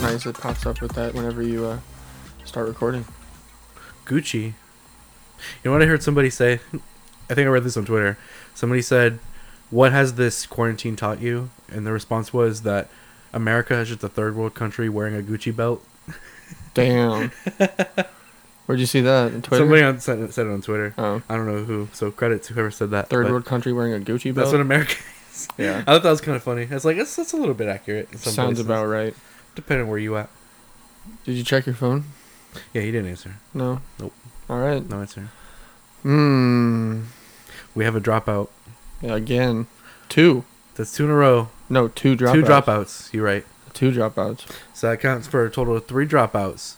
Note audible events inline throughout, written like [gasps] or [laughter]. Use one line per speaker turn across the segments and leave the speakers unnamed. noise that pops up with that whenever you uh, start recording.
Gucci. You know what I heard somebody say? I think I read this on Twitter. Somebody said, "What has this quarantine taught you?" And the response was that America is just a third world country wearing a Gucci belt.
Damn. [laughs] Where'd you see that? On Twitter?
Somebody on, said, it- said it on Twitter.
oh,
I don't know who. So credit to whoever said that.
third
but
world country wearing a Gucci
That's
belt.
what America is.
[laughs] yeah,
I thought that was kind of funny. It's like it's, it's a little bit accurate. in some
sounds
places,
about right.
depending where you at.
Did you check your phone?
Yeah, he didn't answer.
No.
Nope.
All right.
No answer.
Hmm.
We have a dropout.
Yeah, again, two.
That's two in a row.
No, two dropouts.
Two dropouts. You're right.
Two dropouts.
So that counts for a total of three dropouts,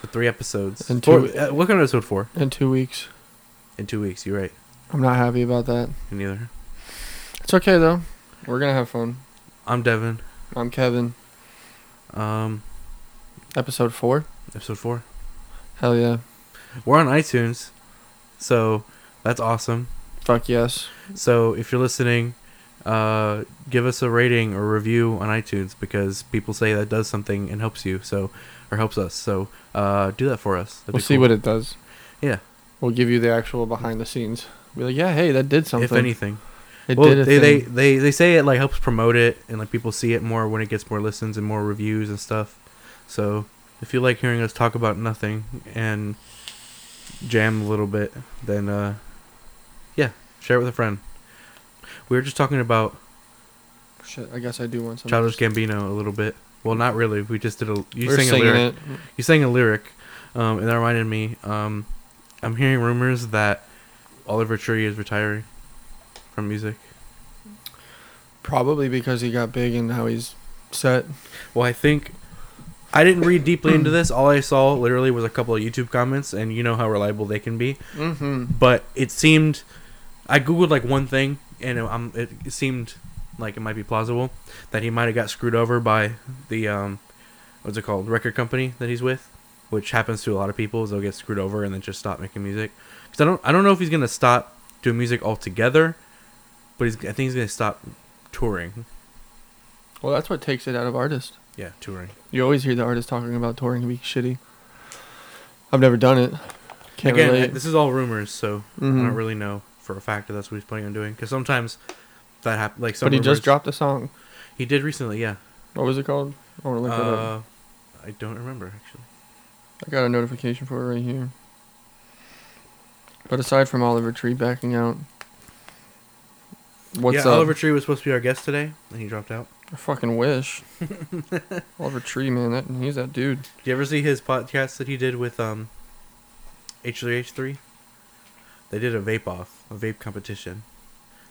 for three episodes.
And
Or,
two-
uh, look on episode four
In two weeks.
in two weeks. You're right.
I'm not happy about that.
Me neither.
It's okay though. We're gonna have fun.
I'm Devin.
I'm Kevin.
Um,
Episode four.
episode four.
Hell yeah.
We're on iTunes, so that's awesome.
Fuck yes.
So if you're listening, uh, give us a rating or review on iTunes because people say that does something and helps you. So or helps us. So uh, do that for us. That'd
we'll
be
see
cool.
what it does.
Yeah.
We'll give you the actual behind the scenes. Be like, yeah, hey, that did something.
if anything.
it
well,
did a
they, they
thing.
they they say it like helps promote it and like people see it more when it gets more listens and more reviews and stuff. So if you like hearing us talk about nothing and jam a little bit, then uh, yeah, share it with a friend. We were just talking about
Shit, I guess I do want something.
Childish Gambino a little bit. Well, not really. We just did a you
We're
sang a
singing
lyric.
it.
You sang a lyric, um, and that reminded me. Um, I'm hearing rumors that Oliver Tree is retiring from music.
Probably because he got big and now he's set.
Well, I think I didn't read deeply into this. All I saw literally was a couple of YouTube comments, and you know how reliable they can be.
Mm-hmm.
But it seemed I googled like one thing, and it, um, it it seemed like it might be plausible that he might have got screwed over by the um, what's it called record company that he's with, which happens to a lot of people. Is they'll get screwed over and then just stop making music. Because I don't I don't know if he's gonna stop doing music altogether, but he's I think he's gonna stop touring.
Well, that's what takes it out of artists.
Yeah, touring.
You always hear the artists talking about touring and be shitty. I've never done it. Can't
Again,
relate.
this is all rumors, so I
Mhm.
don't really know for a fact that that's what he's planning on doing. Because sometimes that happens. Like some
but he
rumors-
just dropped a song.
He did recently, yeah.
What was it called? I want to Oh, look that up.
Uh, I don't remember actually.
I got a notification for it right here. But aside from Oliver Tree backing out, what's uh,
yeah,
up?
Oliver Tree was supposed to be our guest today, and he dropped out.
I fucking
[laughs]
wish. Oliver Tree, man, that he's that dude.
Do you ever see his podcast that he did with um H3H3? They did a vape off, a vape competition.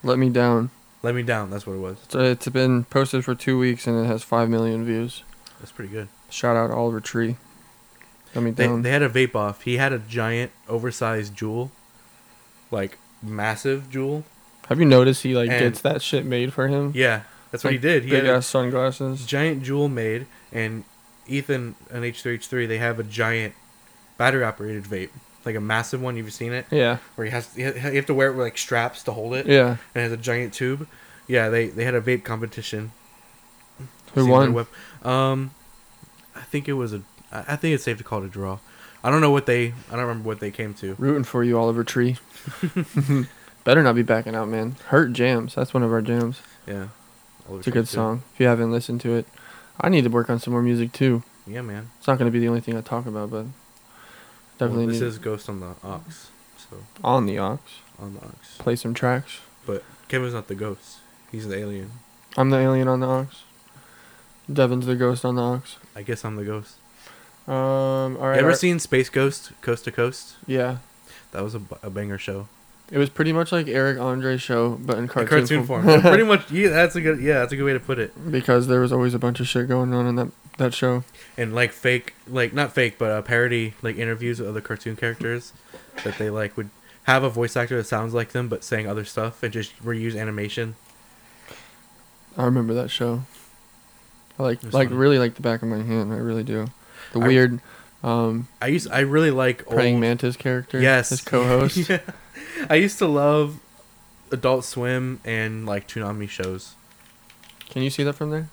Let me down.
Let me down. That's what it was.
So it's been posted for two weeks and it has five million views.
That's pretty good.
Shout out Oliver Tree. Let me
They,
down.
they had a vape off. He had a giant, oversized jewel, like massive jewel.
Have you noticed he like
And-
gets that shit made for him?
Yeah, that's what he
Mm-hmm. Like,
did. He
big
had a-
ass sunglasses.
giant jewel made and Ethan and H3H3 they have a giant battery operated vape like a massive one you've seen it
Yeah,
where you has you ha- you have to wear it with like straps to hold it
yeah.
and it has a giant tube yeah they they had a vape competition
Who
Seen their
won?
web- um I think it was a I I think it's safe to call it a draw I don't know what they I don't remember what they came to
Rooting for you, Oliver Tree.
Mm-hmm.
Better not be backing out, man. Hurt jams. That's one of our jams.
[laughs] yeah
[laughs] It's a good song. If you haven't listened to it, I need to work on some more music too.
yeah man
It's not going to be the only thing I talk about, but definitely
Well, this
need
is Ghost on the Ox so
on the ox.
on the Ox
Play some tracks.
but Kevin's not the ghost he's the alien
I'm the alien on the ox. Devin's the ghost on the ox.
I guess I'm the ghost.
Um, all right.
you ever
our-
seen Space Ghost Coast to Coast?
Yeah,
That was a, bu- a banger show.
it was pretty much like Eric Andre's show, but in
Cartoon,
cartoon,
cartoon form.
[laughs]
So pretty much. Yeah, that's a good. Yeah, that's a good way to put it.
because there was always a bunch of shit going on in that that show.
And like fake, like not fake, but uh, parody like interviews with other cartoon characters that they like would have a voice actor that sounds like them but saying other stuff and just reuse animation.
I remember that show. I like
It was
like
funny.
really like the back of my hand. I really do. The
I-
weird um,
I used. I really like old.
praying mantis character.
Yes.
his co-host.
[laughs] yeah. I used to love Adult Swim and like Toonami shows.
Can you see that from there?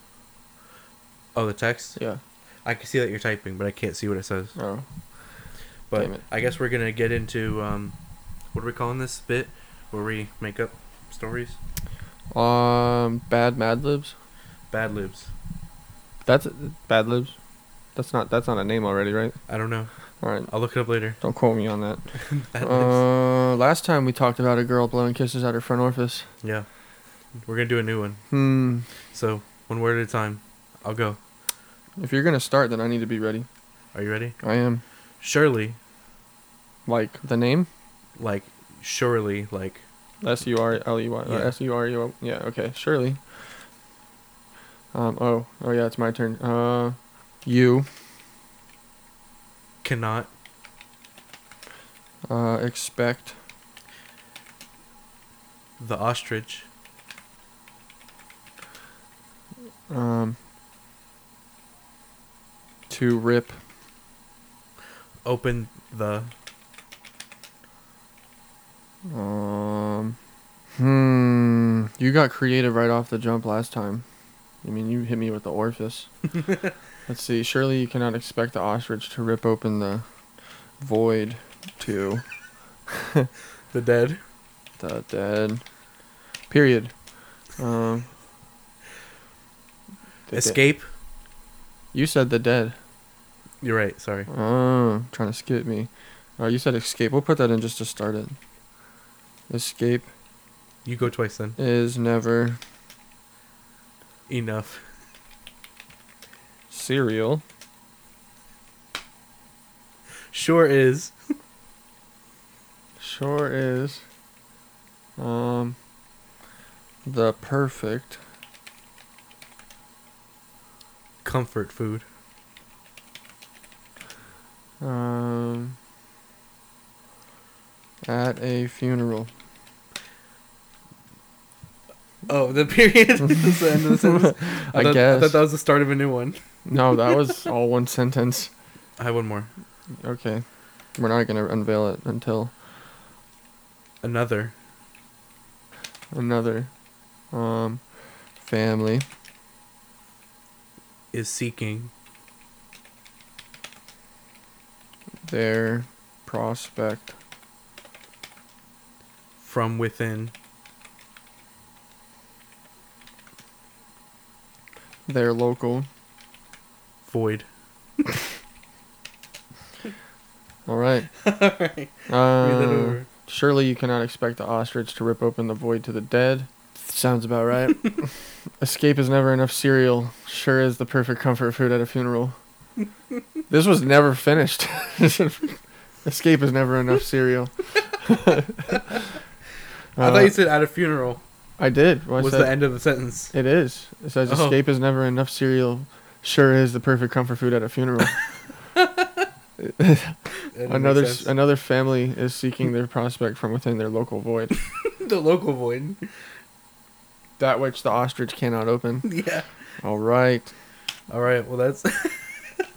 Oh, the text.
Yeah.
I can see that you're typing, but I can't see what it says.
Oh, Damn
But
it.
I guess we're gonna get into um, what are we calling this bit where we make up stories?
um, bad Mad Libs.
Bad libs.
That's Bad Libs. That's not that's not a name already, right?
I don't know.
All right,
I'll look it up later. [laughs]
don't quote me on that.
Bad libs.
Uh, last time we talked about a girl blowing kisses at her front office.
Yeah, we're gonna do a new one.
Hmm.
So one word at a time. I'll go.
If you're gonna start, then I need to be ready.
Are you ready?
I am.
Surely,
Like the name.
like surely, like
S U R L E Y.
Yeah.
or S U R U. O- Yeah. Okay. Surely. Um. Oh. Oh yeah. It's my turn. Uh. You.
cannot
Uh. Expect.
the ostrich
Um. To rip.
open the
Um. Hmm. You got creative right off the jump last time. I mean, you hit me with the orifice. Let's see. Surely you cannot expect the ostrich to rip open the void to
the dead.
the dead. Period. Um. the de-
Escape.
you said the dead.
You're right. Sorry.
Oh, trying to skip me. Oh, you said escape. We'll put that in just to start it. Escape
You go twice then.
is never
Enough. [laughs]
serial.
Sure is.
Sure is. Um, the perfect
comfort food.
um at a funeral.
Oh, the [laughs] period is the end of the sentence.
I
thought, I
guess.
thought that was the start of a new one.
No, that was all one sentence.
I have one more.
Okay, we're not gonna unveil it until
Another
another. Um, family.
is seeking
their prospect
from within
their local
void.
all
[laughs]
right
Alright. Read that
uh,
over.
surely you cannot expect the ostrich to rip open the void to the dead sounds about
[laughs]
right escape is never enough cereal sure is the perfect comfort food at a
[laughs]
funeral this was never finished [laughs] escape is never enough cereal
[laughs] I thought you said at a funeral
i did Well, I
was
said-
the end of the sentence.
It is. It says
Oh.
escape is never enough cereal. Sure is the perfect comfort food at a funeral.
That didn't make
another
sense.
another family is seeking their prospect from within their local void,
[laughs] the local void.
that which the ostrich cannot open.
yeah.
All right,
All right. Well, that's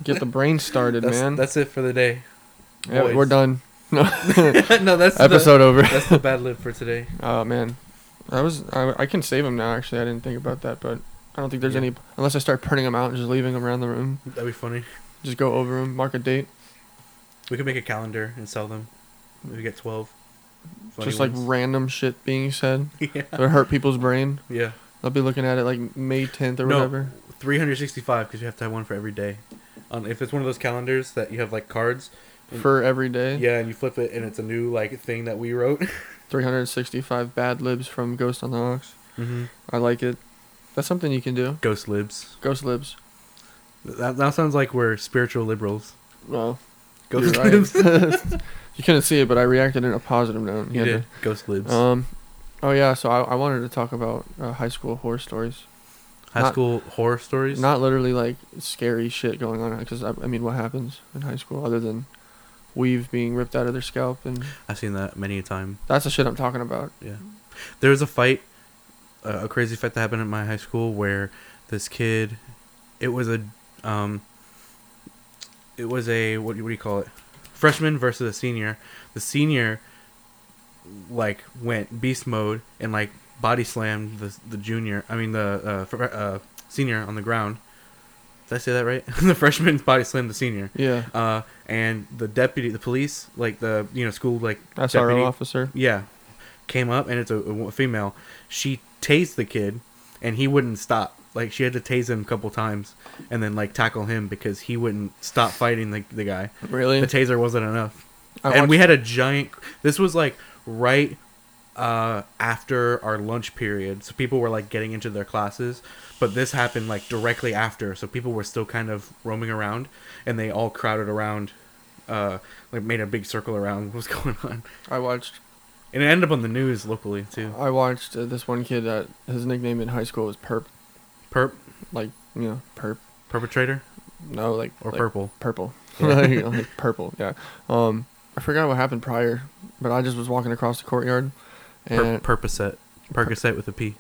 get the brain started,
that's,
man.
that's it for the day.
yeah,
boys.
we're done.
[laughs] no, that's
Episode
The,
over.
[laughs] that's the bad lib for today.
[laughs] Oh man, I was I, I can save them now. Actually, I didn't think about that, but I don't think there's
Yeah.
any unless I start printing them out and just leaving them around the room.
That'd be funny.
Just go over them, mark a date,
We could make a calendar and sell them. We get twelve. funny
just like
ones.
random shit being said
[laughs] yeah.
that hurt people's brain.
Yeah.
I'll be looking at it like May 10th or
No.
whatever.
365 because you have to have one for every day. On if it's one of those calendars that you have like cards, Mm.
For every day.
yeah, and you flip it and it's a new like thing that we wrote. [laughs]
365 bad libs from Ghost on the Ox.
Mm-hmm.
I like it. That's something you can do.
Ghost libs.
Ghost libs.
That, that sounds like we're spiritual liberals.
Well,
Ghost
you're right. [laughs]
libs. [laughs]
you couldn't see it, but I reacted in a positive note.
you
Yeah,
did ghost
dude.
libs.
Um, oh, yeah. So I, I wanted to talk about uh, high school horror stories.
High
not-
school horror stories.
Not literally like scary shit going on. Because, I, I mean, what happens in high school other than weave being ripped out of their scalp? And
I've seen that many a time.
that's the shit I'm talking about.
Yeah. There was a fight, uh, a crazy fight that happened at my high school where this kid, it was a, um, it was a what, do you- what do you call it, freshman versus a senior. The senior, like, went beast mode and like body slammed the the junior. I mean the uh, fr- uh, senior on the ground. Is Did I say that right? [laughs] the freshman body slammed the senior.
Yeah.
Uh, and the deputy, the police, like the you know school like
SRO
deputy-
officer.
yeah, came up and it's a, a wo- female. She tased the kid, and he wouldn't stop. Like she had to tase him a couple times, and then like tackle him because he wouldn't stop fighting the the guy.
Really?
The taser wasn't enough,
I
and we
watched-
had a giant. This was like right uh after our lunch period so people were like getting into their classes but this happened like directly after so people were still kind of roaming around and they all crowded around uh like made a big circle around [laughs] what was going on
I watched.
and it ended up on the news locally too.
I watched uh, this one kid that his nickname in high school was Perp.
Perp
Like you know, Perp.
perpetrator
No, like
or
like
purple.
purple.
[laughs] Yeah.
like, [laughs] like purple. Yeah. Um, I forgot what happened prior, but I just was walking across the courtyard,
Pur-
and
Percocet. Percocet with a P.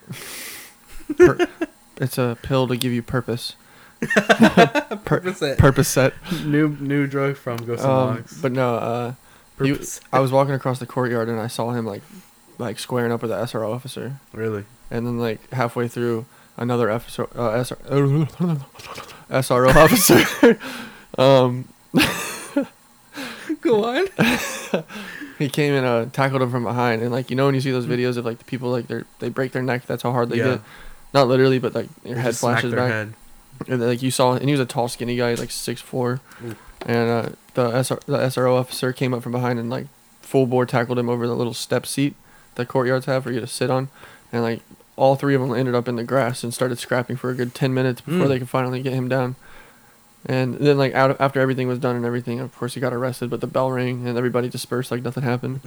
per-
[laughs]
it's a pill to give you purpose. per-
Percocet.
purpose set.
new new drug from Ghost
Um, but no, uh, he- I was walking across the courtyard and I saw him like, like squaring up with the SRO officer,
really
and then like halfway through, another FSO, uh, [laughs] SR, SRO officer. [laughs] um,
go on.
[laughs] He came and uh, tackled him from behind, and like you know when you see those videos of like the people like they are they break their neck. That's how hard they
Hmm. Yeah.
get. Not literally, but like your
They
head
just smacked
flashes
their
back.
head.
And like you saw, and he was a tall, skinny guy, like six four,
Ooh.
and uh, the SR, the SRO officer came up from behind and like full bore tackled him over the little step seat that courtyards have for you to sit on, and like all three of them ended up in the grass and started scrapping for a good ten minutes before
Mm.
they could finally get him down. And then like out after everything was done and everything, of course he got arrested, but the bell rang and everybody dispersed like nothing
[laughs]
happened.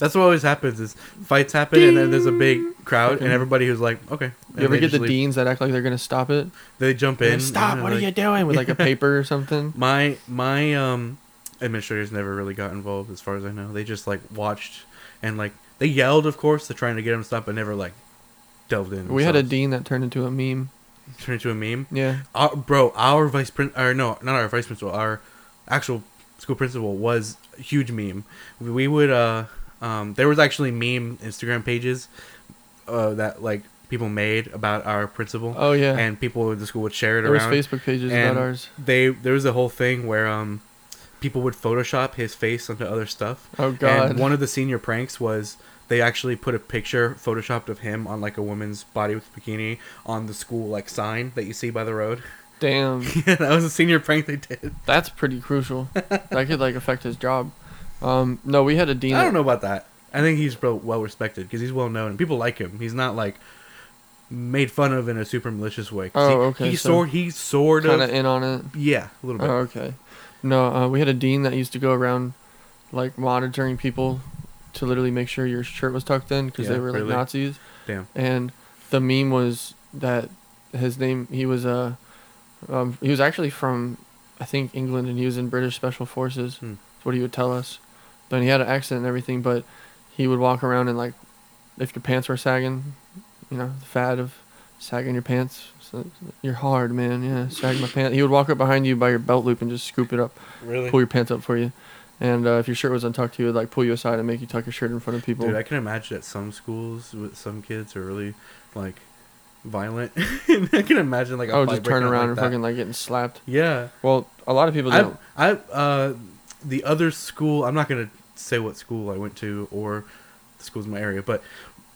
That's what always happens: is fights happen, and then there's a big crowd, and
Okay.
everybody who's like, "Okay." And
You ever
they
get
just
the
leave.
deans that act like they're gonna stop it?
They jump
Like,
in.
Stop!
and
What
they're
are you
like-
doing? With like
[laughs]
a paper or something.
My my um administrators never really got involved, as far as I know. They just like watched and like they yelled, of course, to trying to get him to stop, but never like delved in.
We had a
themselves.
dean that turned into a meme.
turned into a meme.
Yeah,
Our, bro, our vice prin or no, not our vice principal, our actual school principal was a huge meme. We, we would uh um there was actually meme Instagram pages uh that like people made about our principal.
Oh, yeah.
and people in the school would share it
there was
around
Facebook pages
and
about ours.
They there was a whole thing where um people would Photoshop his face onto other stuff.
Oh god.
And one of the senior pranks was they actually put a picture photoshopped of him on like a woman's body with bikini on the school like sign that you see by the road. [laughs]
Damn,
yeah, that was a senior prank they did.
that's pretty
[laughs]
crucial. that could like affect his job. Um, no, we had a dean.
I don't know about that. I think he's real- well respected because he's well known and people like him. He's not like made fun of in a super malicious way.
Oh,
'Cause he,
okay,
He
so
sort he sort
Kind
of
of in on it.
yeah a little bit.
Oh, okay. No, uh, we had a dean that used to go around, like monitoring people, to literally make sure your shirt was tucked in because
Yeah,
they were like
really?
Nazis.
Damn.
and the meme was that his name he was uh um, he was actually from I think England and he was in British Special Forces.
Hmm.
That's what he would tell us. But he had an accent and everything, but he would walk around and like if your pants were sagging, you know, the fad of sagging your pants. So, you're hard, man. Yeah, sag my pants. He would walk up behind you by your belt loop and just scoop it up,
Really.
pull your pants up for you. And uh, if your shirt was untucked, he would like pull you aside and make you tuck your shirt in front of people.
Dude, I can imagine that some schools with some kids are really like violent. [laughs] And I can imagine like a
I would
fight
Oh, just turn
breaking out
around
like
and
that.
fucking like getting slapped.
yeah.
Well, a lot of people
I
don't.
I uh the other school. I'm not gonna say what school I went to or the schools in my area, but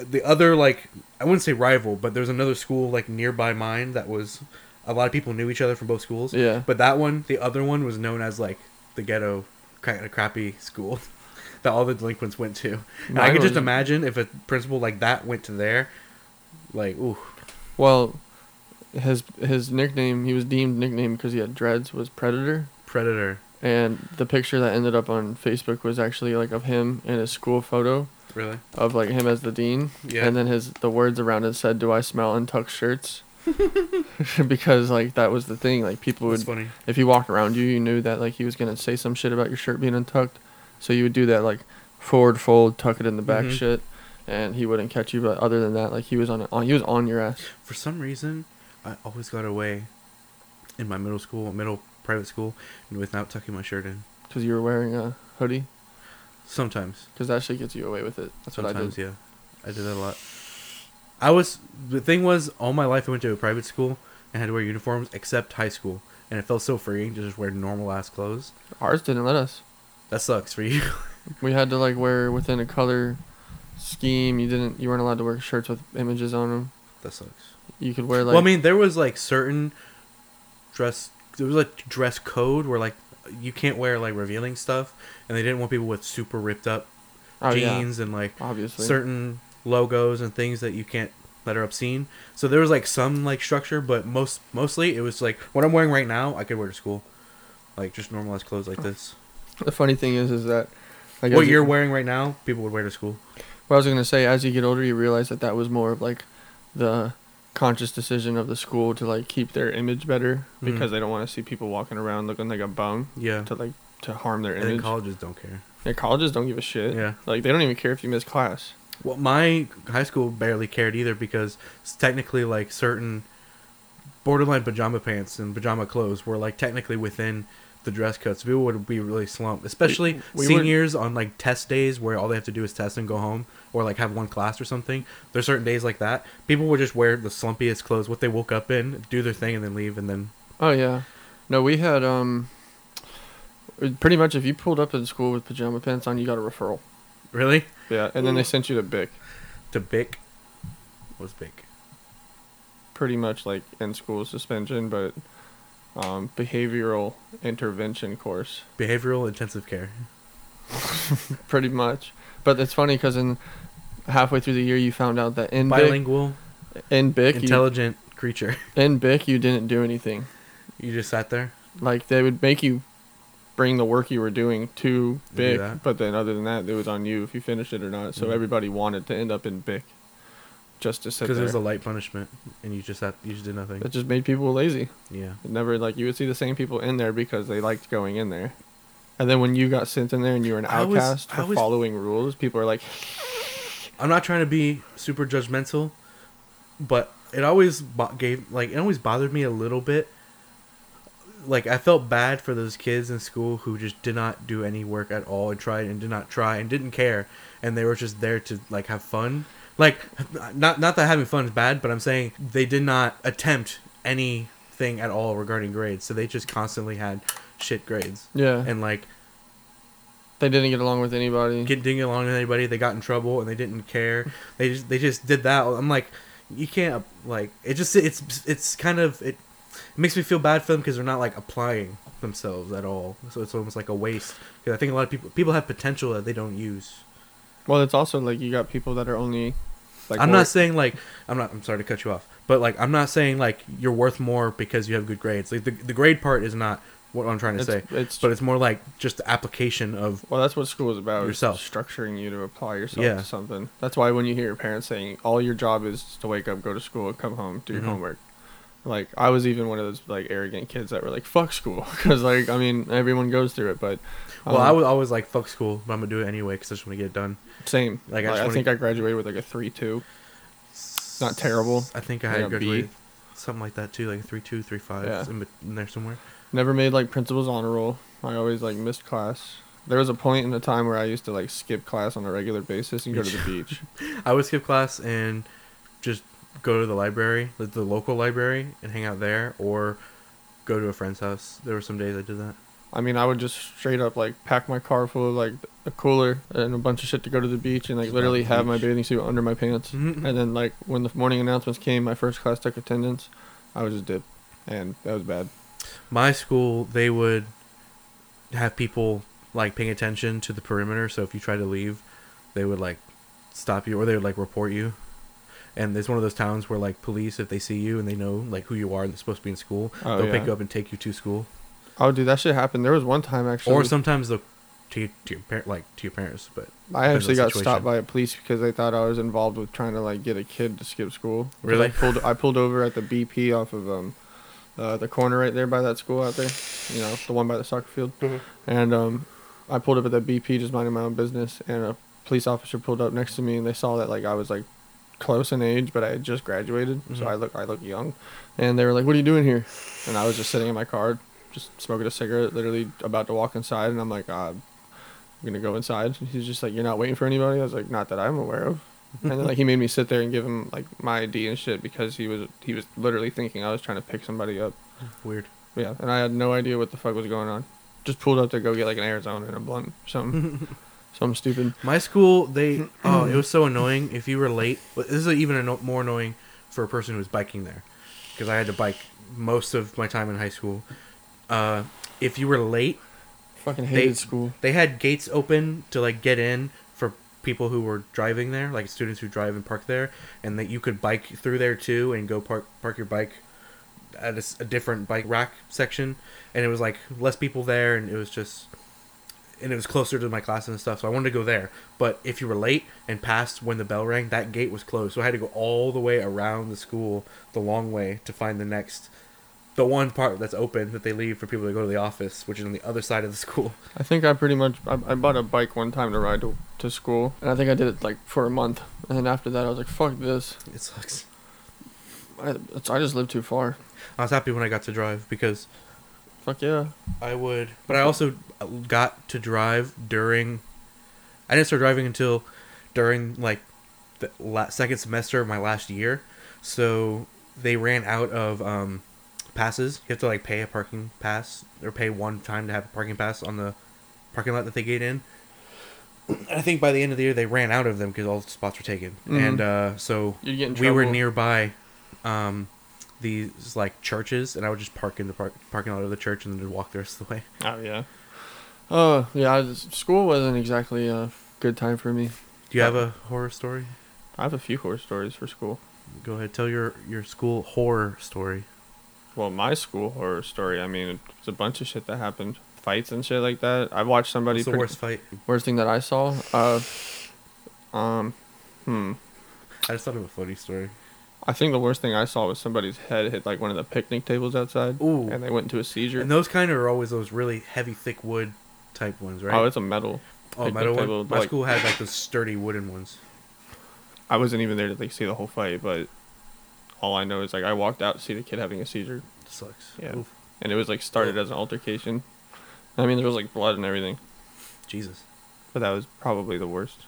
the other like I wouldn't say rival, but there's another school like nearby mine that was a lot of people knew each other from both schools.
Yeah.
But that one, the other one, was known as like the ghetto kind of crappy school [laughs] that all the delinquents went to. And I
Mine
could just
was-
imagine if a principal like that went to there, like ooh,
Well, his his nickname he was deemed nickname because he had dreads was Predator,
predator,
and the picture that ended up on Facebook was actually like of him in his school photo
really.
of like him as the dean,
Yeah.
and then his the words around it said, "Do I smell untucked shirts?" [laughs] because like that was the thing, like people
That's
would
funny.
if he walked around you, you knew that like he was gonna say some shit about your shirt being untucked, so you would do that like forward fold, tuck it in the back
Mhm.
shit, and he wouldn't catch you. But other than that, like he was on, on he was on your ass.
For some reason, I always got away in my middle school, middle private school, without tucking my shirt in.
because you were wearing a hoodie.
Sometimes,
Because that shit gets you away with it. That's what I
sometimes,
did.
yeah, I did that a lot. I was the thing was all my life I went to a private school and had to wear uniforms except high school. and it felt so freeing to just wear normal ass clothes.
Ours didn't let us.
That sucks for you. [laughs]
We had to like wear within a color scheme. You didn't. You weren't allowed to wear shirts with images on them.
that sucks.
You could wear like.
well, I mean, there was like certain dress. There was like dress code where like you can't wear like revealing stuff, and they didn't want people with super ripped up
oh, yeah,
jeans and like
obviously.
certain logos and things that you can't that are obscene. So there was like some like structure, but most mostly it was like what I'm wearing right now. I could wear to school, like just normalized clothes like this.
The funny thing is, is that like
what
as
you're
You,
wearing right now, people would wear to school.
what I was gonna say, as you get older, you realize that that was more of like the conscious decision of the school to like keep their image better
Mhm.
because they don't want to see people walking around looking like a bum
Yeah,
to like to harm their
and then
image.
colleges don't care.
yeah, colleges don't give a shit.
Yeah,
Like they don't even care if you miss class.
well, my high school barely cared either because s- technically, like certain borderline pajama pants and pajama clothes were like technically within the dress code. So people would be really slumped, especially
we were-
seniors on like test days where all they have to do is test and go home, or like have one class or something. There's certain days like that. People would just wear the slumpiest clothes, what they woke up in, do their thing, and then leave. And then
Oh yeah, no, we had um, pretty much if you pulled up in school with pajama pants on, you got a referral.
really
Yeah, and then they sent you to Bic.
to Bic was Bic.
pretty much like in school suspension, but um, behavioral intervention [laughs] course,
Behavioral intensive care.
pretty much. But it's funny because in halfway through the year, you found out that in Bic,
Bilingual,
in Bic, you,
intelligent creature. [laughs]
in Bic, you didn't do anything.
You just sat there.
Like they would make you bring the work you were doing to
do
Bic,
that.
but then other than that, it was on you if you finished it or not. So
Mhm.
everybody wanted to end up in Bic, just to sit
because
there.
it was a light punishment, and you just had, you just did nothing.
it just made people lazy.
Yeah,
It never like you would see the same people in there because they liked going in there. And then when you got sent in there and you were an
I was-
outcast
I
for
was-
following rules, people are like,
I'm not trying to be super judgmental, but it always bo- gave like it always bothered me a little bit. Like I felt bad for those kids in school who just did not do any work at all and tried and did not try and didn't care, and they were just there to like have fun. Like, not not that having fun is bad, but I'm saying they did not attempt anything at all regarding grades, so they just constantly had shit grades
"Yeah,
and like
they didn't get along with anybody."
get, didn't get along with anybody. They got in trouble and they didn't care. They just they just did that. I'm like, you can't like it. Just it's it's kind of it, it makes me feel bad for them because they're not like applying themselves at all. So it's almost like a waste. Because I think a lot of people people have potential that they don't use.
well, it's also like you got people that are only like
I'm
more-
not saying like I'm not. I'm sorry to cut you off, but like I'm not saying like you're worth more because you have good grades. Like the the grade part is not what I'm trying to say,
it's, it's
but it's more like just the application of
well, that's what school is about. is
Yourself.
structuring you to apply yourself
Yeah.
to something. That's why when you hear your parents saying, "All your job is to wake up, go to school, come home, do your
Mhm.
homework." Like I was even one of those like arrogant kids that were like, "Fuck school," [laughs] because like I mean everyone goes through it, but
well,
um,
I was always like fuck school, but I'm gonna do it anyway because I just want to get it done.
Same.
Like,
Like,
I
I,
just wanna-
think I graduated with like a three two. Not terrible.
I think I
Like
had
a B.
graduated something like that too, like a three two, three five,
Yeah.
in, bet- in there somewhere.
Never made like principal's honor roll. I always like missed class. There was a point in the time where I used to like skip class on a regular basis and go
[laughs]
to the beach.
I would skip class and just go to the library, like the local library, and hang out there, or go to a friend's house. There were some days I did that.
I mean, I would just straight up like pack my car full of like a cooler and a bunch of shit to go to the beach and like
Just
literally
down to the
have my
beach.
bathing suit under my pants.
Mhm.
And then like when the morning announcements came, my first class took attendance. I would just dip, and that was bad.
My school, they would have people like paying attention to the perimeter. So if you tried to leave, they would like stop you, or they would like report you. And it's one of those towns where like police, if they see you and they know like who you are and they're supposed to be in school,
Oh,
they'll
yeah.
pick you up and take you to school.
Oh, dude, that shit happened. There was one time actually.
or sometimes they'll to, your- to your par- like to your parents, but
I
depends on
actually
the
got
situation.
stopped by a police because they thought I was involved with trying to like get a kid to skip school. 'Cause
Really?
I pulled I pulled over at the BP off of um uh, the corner right there by that school out there, you know, the one by the soccer field.
Mm-hmm.
And um, I pulled up at that BP just minding my own business, and a police officer pulled up next to me, and they saw that like I was like close in age, but I had just graduated,
Mhm.
so I look I look young, and they were like, "What are you doing here?" And I was just sitting in my car, just smoking a cigarette, literally about to walk inside, and I'm like, uh, "I'm gonna go inside." And he's just like, "You're not waiting for anybody?" I was like, "Not that I'm aware of." And then like he made me sit there and give him like my ID and shit because he was he was literally thinking I was trying to pick somebody up.
weird.
Yeah, and I had no idea what the fuck was going on. Just pulled up to go get like an Arizona and a blunt, something, something stupid.
My school, they oh, it was so annoying. If you were late, but this is even anno- more annoying for a person who's biking there, because I had to bike most of my time in high school. Uh, if you were late,
Fucking
They-
hated school.
they had gates open to like get in for people who were driving there, like students who drive and park there, and that you could bike through there too and go park park your bike at a, s- a different bike rack section. And it was like less people there, and it was just and it was closer to my class and stuff, so I wanted to go there. But if you were late and passed when the bell rang, that gate was closed, so I had to go all the way around the school the long way to find the next. The one part that's open that they leave for people to go to the office, which is on the other side of the [laughs] school.
I think I pretty much I, I bought a bike one time to ride to, to school, and I think I did it like for a month, and then after that I was like, fuck this.
It sucks.
I it's, I just live too far.
I was happy when I got to drive because
Fuck yeah.
I would, but I also got to drive during. I didn't start driving until during like the la- second semester of my last year, so they ran out of um, passes. You have to like pay a parking pass or pay one time to have a parking pass on the parking lot that they get in. [clears throat] And I think by the end of the year they ran out of them because all the spots were taken,
Mhm.
and uh, so
You'd get in
we were
trouble.
nearby um, these like churches, and I would just park in the park, parking lot of the church and then just walk the rest of the way.
Oh yeah. Oh yeah. I was- school wasn't exactly a good time for me.
Do you have a horror story?
I have a few horror stories for school.
Go ahead, tell your your school horror story.
Well, my school horror story. I mean, it's a bunch of shit that happened, fights and shit like that. I watched somebody.
What's the
pretty-
worst fight?
worst thing that I saw. Uh, um, hmm.
I just thought of a funny story.
I think the worst thing I saw was somebody's head hit like one of the picnic tables outside,
Ooh.
and they went into a seizure.
And those kind of are always those really heavy, thick wood type ones, right?
Oh, it's a metal.
oh
picnic
metal
table,
one. My
like-
school had like those sturdy wooden ones.
I wasn't even there to like see the whole fight, but all I know is like I walked out to see the kid having a seizure,
sucks.
Yeah.
Oof.
and it was like started as an altercation. I mean, there was like blood and everything,
Jesus.
but that was probably the worst.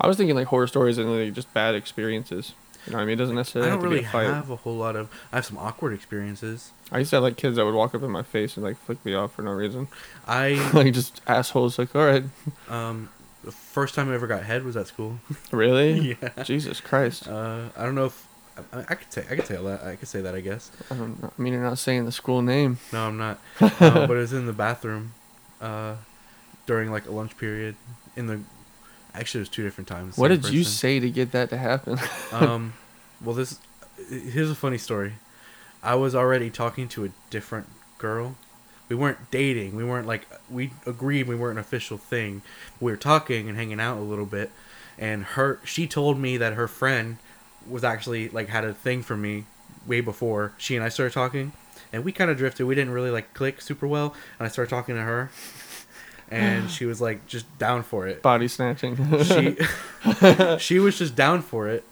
I was thinking like horror stories and like just bad experiences. You know what I mean? It doesn't
I
necessarily
don't
have to
really
be a fight.
have a whole lot of. I have some awkward experiences.
I used to have like kids that would walk up in my face and like flick me off for no reason. [laughs]
I
like just assholes like all right
um, the first time I ever got head was at school. [laughs]
really jesus christ
Uh, I don't know if I, I could say I could say that I could say that I guess.
i don't know. i mean you're not saying the school name
No,
[laughs]
I'm not. Uh, but it was in the bathroom uh, during like a lunch period. In the actually, it was two different times.
what
same
did you
person.
say to get that to happen
Um, well, this here's a funny story. I was already talking to a different girl. We weren't dating. We weren't like we agreed we weren't an official thing. We were talking and hanging out a little bit, and her she told me that her friend was actually like had a thing for me way before she and I started talking, and we kind of drifted. We didn't really like click super well, and I started talking to her, and she was like just down for
[laughs]
it
body snatching [laughs]
she she was just down for it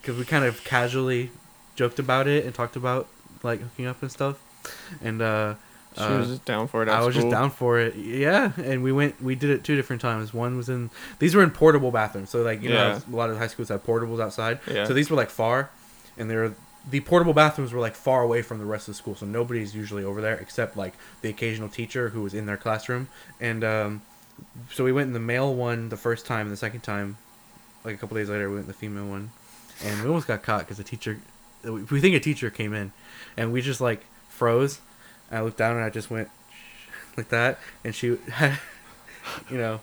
because we kind of casually joked about it and talked about like hooking up and stuff and uh,
She
uh,
was just down for it at
i was just
school.
down for it yeah and we went we did it two different times one was in these were in portable bathrooms so like you
Yeah.
know a lot of high schools have portables outside
Yeah.
so these were like far and they were the portable bathrooms were like far away from the rest of the school so nobody's usually over there except like the occasional teacher who was in their classroom and um, so we went in the male one the first time and the second time like a couple days later we went in the female one and we almost got caught because the teacher we we think a teacher came in and we just like froze and i looked down and i just went [laughs] like that and she [laughs] had you know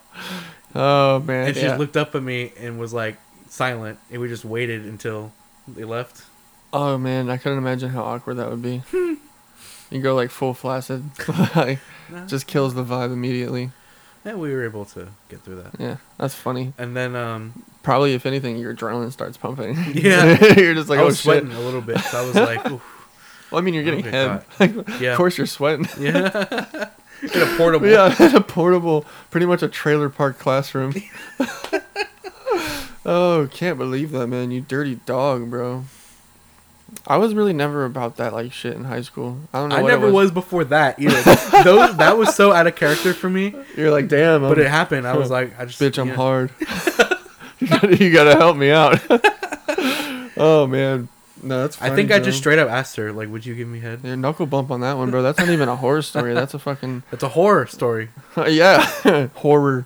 oh man [laughs]
and she
yeah.
just looked up at me and was like silent and we just waited until they left
oh man i couldn't imagine how awkward that
[laughs]
would be
Hmm.
you go like full flaccid [laughs] like,
Nah.
just kills the vibe immediately
and we were able to get through that
yeah that's funny
and then um
probably if anything your adrenaline starts pumping
Yeah.
[laughs] you're just like
i
oh
was
shit
sweating a little bit so i was
[laughs]
like oof.
well, i mean you're
I
getting
don't
head [laughs]
get yeah
of course you're sweating
[laughs] yeah in a portable
Yeah, [laughs] a portable, pretty much a trailer park classroom. [laughs] oh, can't believe that, man. You dirty dog, bro. I was really never about that like shit in high school. I don't know.
I
what it
never was. before that either. Those, that was so out of character for me.
You're like, damn,
But
I'm-
it happened. I was like, I just
bitch, I'm [laughs]
yeah. [laughs]
hard. you, gotta, you gotta help me out. [laughs] oh man, No, that's.
I think I just
Joe.
straight up asked her, like, would you give me head?
Your knuckle bump on that one, bro. That's not even a horror
[laughs]
story. That's a fucking [laughs]
That's a horror story.
yeah, [laughs] horror,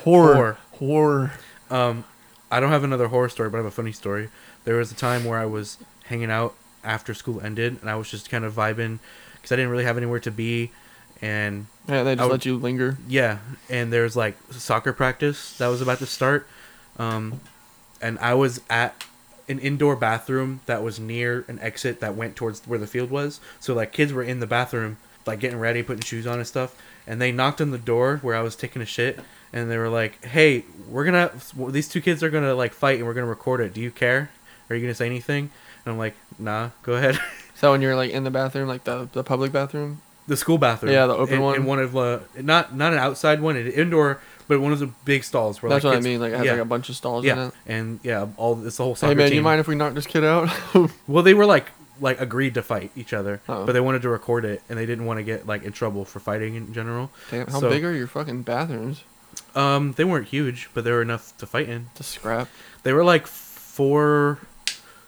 horror,
Horror.
horror.
Um, I don't have another horror story, but I have a funny story. There was a time where I was hanging out after school ended, and I was just kind of vibing because I didn't really have anywhere to be, and
Yeah, they
I
just
would-
let you linger.
yeah, and there's like soccer practice that was about to start, um, and I was at an indoor bathroom that was near an exit that went towards where the field was. So like kids were in the bathroom, like getting ready, putting shoes on and stuff, and they knocked on the door where I was taking a shit, and they were like, "Hey, we're gonna these two kids are gonna like fight, and we're gonna record it. Do you care? Are you gonna say anything?" And I'm like, "Nah, go ahead." [laughs]
Is that when you're like in the bathroom, like the the public bathroom?
the school bathroom.
Yeah, the open
in,
one.
In one of the not not an outside one, an indoor, but one of the big stalls where
That's
like
what I
kids-
mean. Like it has
yeah,
like a bunch of stalls in
yeah,
it.
and yeah, all it's the whole soccer
Hey man,
team.
you mind if we knock this kid out? [laughs]
Well, they were like like agreed to fight each other,
Uh-oh.
but they wanted to record it and they didn't want to get like in trouble for fighting in general.
Damn, how
So-
big are your fucking bathrooms?
Um, they weren't huge, but they were enough to fight in.
To scrap.
They were like four,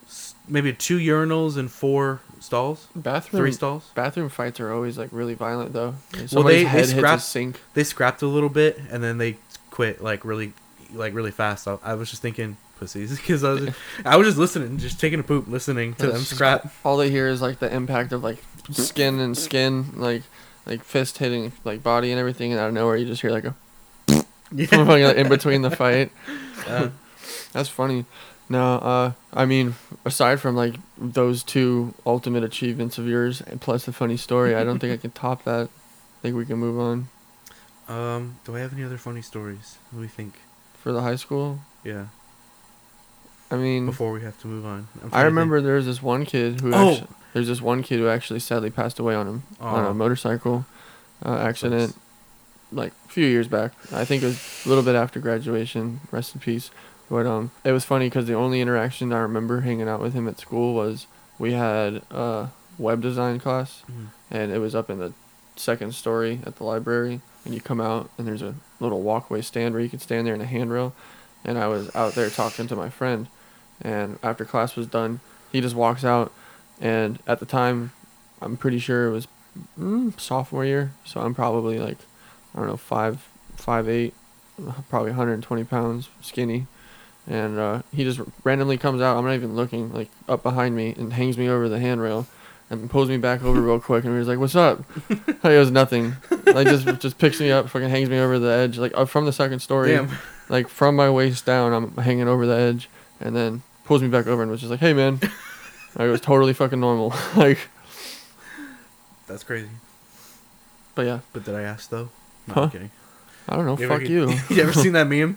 s- maybe two urinals and four stalls,
Bathroom.
three stalls.
Bathroom fights are always like really violent though. Somebody's
they- they
head hits a
scrap-
sink.
they scrapped a little bit and then they quit like really like really fast i, I was just thinking pussies [laughs] because I was, I was just listening just taking a poop listening to
That's
them
just- [laughs]
scrap
All they hear is like the impact of like skin and skin, like like fist hitting like body and everything, and out of nowhere you just hear like a
[laughs]
[laughs]
yeah
fucking, like, in between the fight.
[laughs] uh,
That's funny. No, uh, I mean, aside from like those two ultimate achievements of yours, and plus the funny story, I don't think I can top that. I think we can move on
um do i have any other funny stories what do we think
for the high school.
yeah
I mean,
before we have to move on I'm trying to
I
think.
remember there was this one kid who
Oh.
actu- there's this one kid who actually sadly passed away on him on
Aw.
a motorcycle uh, accident like a few years back. I think it was a little bit after graduation. Rest in peace. But um, it was funny because the only interaction I remember hanging out with him at school was we had a web design class,
Mm.
and it was up in the second story at the library. And you come out, and there's a little walkway stand where you can stand there in a handrail. And I was out there talking to my friend, and after class was done, he just walks out, and at the time, I'm pretty sure it was mm, sophomore year, so I'm probably like I don't know five five eight, probably 120 pounds, skinny, and uh, he just randomly comes out. I'm not even looking, like up behind me and hangs me over the handrail, and pulls me back over real quick. And he was like, "What's up?" like it was nothing. Like just just picks me up, fucking hangs me over the edge, like uh, from the second story,
damn [laughs]
like from my waist down. I'm hanging over the edge, and then pulls me back over and was just like, "Hey
[laughs]
man," like, it was totally fucking normal. [laughs] like,
that's crazy
but yeah.
but did i ask though no,
Huh?
i'm kidding
I don't know.
You ever
fuck
get-
you.
[laughs] you ever seen that meme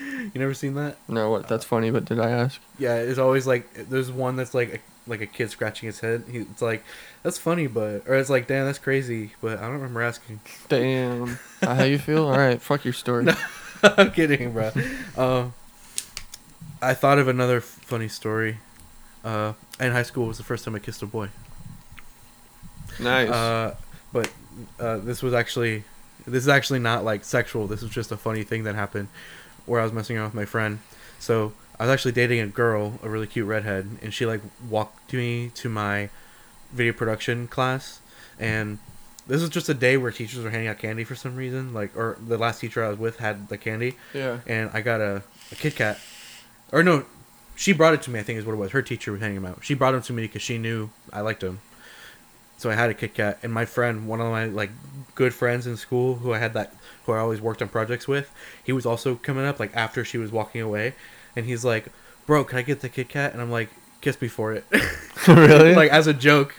you never seen that
[laughs] No, what? That's funny, but did I ask?
yeah it's always like there's one that's like a, like a kid scratching his head he, it's like that's funny but or it's like damn that's crazy but i don't remember asking [laughs]
Damn. Is that how you feel? All right. Fuck your story.
No. I'm kidding, bro. Uh, I thought of another f- funny story. Uh, in high school was the first time I kissed a boy.
Nice.
Uh, but uh, this was actually, this is actually not like sexual. This was just a funny thing that happened, where I was messing around with my friend. So I was actually dating a girl, a really cute redhead, and she like walked me to my video production class, and this was just a day where teachers were handing out candy for some reason. Like, or the last teacher I was with had the candy,
yeah.
and I got a, a Kit Kat. Or no, she brought it to me. I think is what it was. Her teacher was handing him out. She brought him to me because she knew I liked him. So I had a Kit Kat, and my friend, one of my like good friends in school, who I had that, who I always worked on projects with, he was also coming up like after she was walking away, and he's like, "Bro, can I get the Kit Kat?" And I'm like, "Kiss me for it."
[laughs]
[laughs]
really?
like as a joke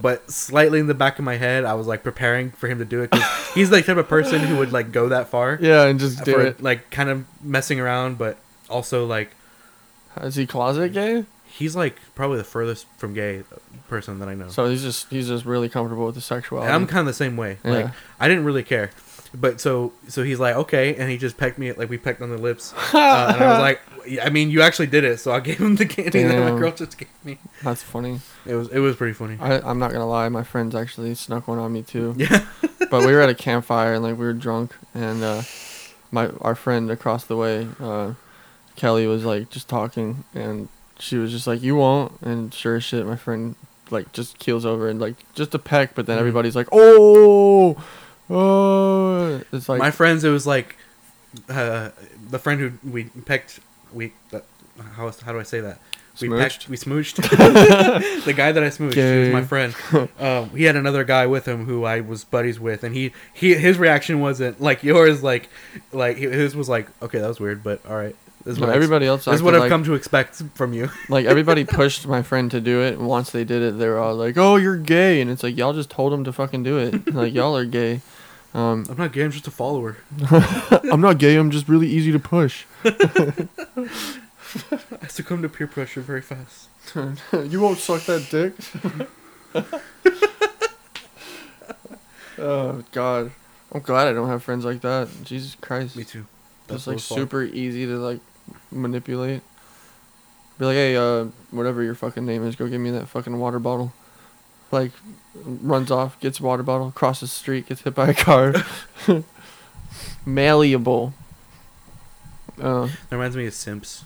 but slightly in the back of my head i was like preparing for him to do it 'cause he's the type of person who would like go that far
yeah, and just do
for
it.
like kind of messing around, but also like
Is he closet gay?
he's like probably the furthest from gay person that I know.
So he's just he's just really comfortable with the
and
sexuality.
Oh. I'm kind of the same way.
Yeah.
Like I didn't really care, but so so he's like okay, and he just pecked me like we pecked on the
[laughs]
lips, uh, and I was like, "Yeah, I mean, you actually did it, so I gave him the candy that
Damn. Um,
my girl just gave me.
That's funny.
It was it was pretty funny.
I, I'm not gonna lie. My friends actually snuck one on me too.
[laughs] yeah,
but we were at a campfire and like we were drunk and uh my our friend across the way uh kelly was like just talking and she was just like, "You won't," and sure as shit, my friend like just keels over and like just a peck, but then
Mhm.
everybody's like, "Oh, oh!" It's like
my friends, it was like uh, the friend who we pecked. We that, how how do I say that? We pecked.
[laughs]
We smooched. the guy that I smooched, he was
Gay.
my friend. Um, he had another guy with him who I was buddies with, and he, he his reaction wasn't like yours. Like like his was like, okay, that was weird, but all right. This is
No,
what I-
everybody else.
This is
acted
what I've
like,
come to expect
[laughs]
from you.
Like everybody pushed my friend to do it. And once they did it, they were all like, "Oh, you're gay," and it's like y'all just told him to fucking do it. like y'all are gay. Um,
I'm not gay. I'm just a follower.
[laughs] I'm not gay. I'm just really easy to push.
I succumb to peer pressure very fast.
[laughs] you won't suck that
[laughs]
dick. oh God, I'm glad I don't have friends like that. Jesus Christ,
Me too.
Just
what
like
it's for.
super easy to like manipulate. Be like, hey, uh, whatever your fucking name is, go give me that fucking water bottle. Like, runs off, gets a water bottle, crosses the street, gets hit by a car. [laughs] Malleable. Uh,
That reminds me of simps.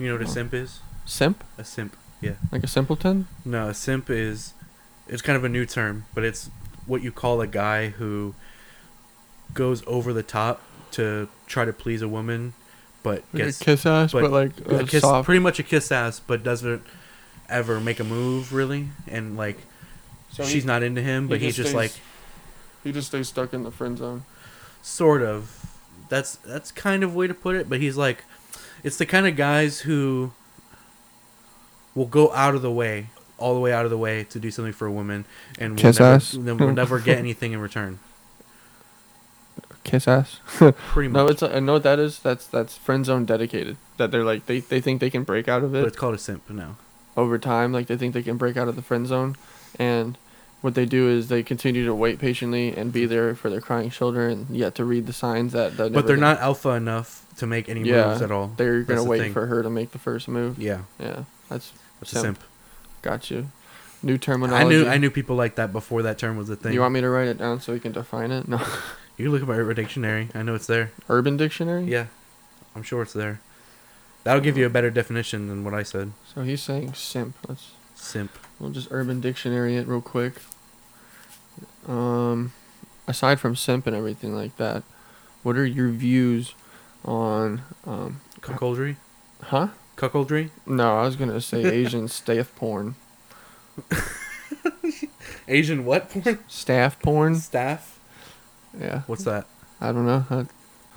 You know
Oh.
what a simp is?
simp,
A simp. Yeah.
like a simpleton.
No, a simp is it's kind of a new term, but it's what you call a guy who goes over the top to try to please a woman, but
Like
gets
a kiss ass,
but
but, like
a
uh,
kiss,
soft.
pretty much a kiss ass, but doesn't ever make a move really, and like she's not into him, but he's just like
He just stays stuck in the friend zone.
sort of that's that's kind of a way to put it but he's like it's the kind of guys who will go out of the way all the way out of the way to do something for a woman and will
Kiss
never,
ass?
then will never
[laughs]
get anything in return
Kiss ass.
pretty much
No, it's I know what that is. That's that's friend zone dedicated. That they're like they, they think they can break out of
but
it
it's called a simp now
over time. Like they think they can break out of the friend zone, and what they do is they continue to wait patiently and be there for their crying children, yet to read the signs that. that
but they're
never-
not alpha enough to make any
Yeah,
moves at all
They're
That's
gonna
the
wait
thing.
for her to make the first move.
yeah
Yeah, that's
that's a
Simp.
simp
got you. New
i
terminology.
knew i knew people like that before that term was a thing
You want me to write it down so we can define it? No. [laughs]
you can look up my urban dictionary i know it's there
Urban Dictionary.
yeah i'm sure it's there that'll give you a better definition than what i said
So he's saying simp. Let's
simp
We'll just Urban Dictionary it real quick. Um, aside from simp and everything like that, what are your views on um?
cuckoldry
Huh?
cuckoldry
No, I was gonna say
[laughs]
Asian staff porn.
asian what porn
Staff porn?
staff
Yeah.
what's that
I don't know. I,